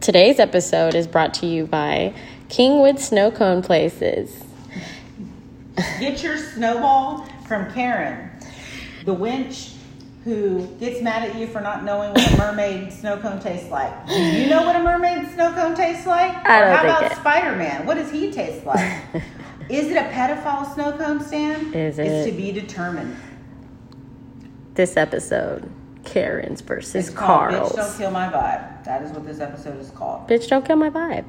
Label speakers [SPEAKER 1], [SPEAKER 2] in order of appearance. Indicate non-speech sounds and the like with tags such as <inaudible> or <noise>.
[SPEAKER 1] Today's episode is brought to you by Kingwood Snow Cone Places.
[SPEAKER 2] Get your snowball from Karen, the winch who gets mad at you for not knowing what a mermaid snow cone tastes like. Do you know what a mermaid snow cone tastes like?
[SPEAKER 1] I don't
[SPEAKER 2] or how
[SPEAKER 1] think
[SPEAKER 2] about
[SPEAKER 1] it-
[SPEAKER 2] Spider Man? What does he taste
[SPEAKER 1] <laughs>
[SPEAKER 2] like? Is it a pedophile snow cone stand?
[SPEAKER 1] Is
[SPEAKER 2] It's
[SPEAKER 1] it?
[SPEAKER 2] to be determined.
[SPEAKER 1] This episode, Karen's versus
[SPEAKER 2] It's called Bitch,
[SPEAKER 1] Carl's.
[SPEAKER 2] don't kill my vibe. That is what this episode is called.
[SPEAKER 1] Bitch, don't kill my vibe.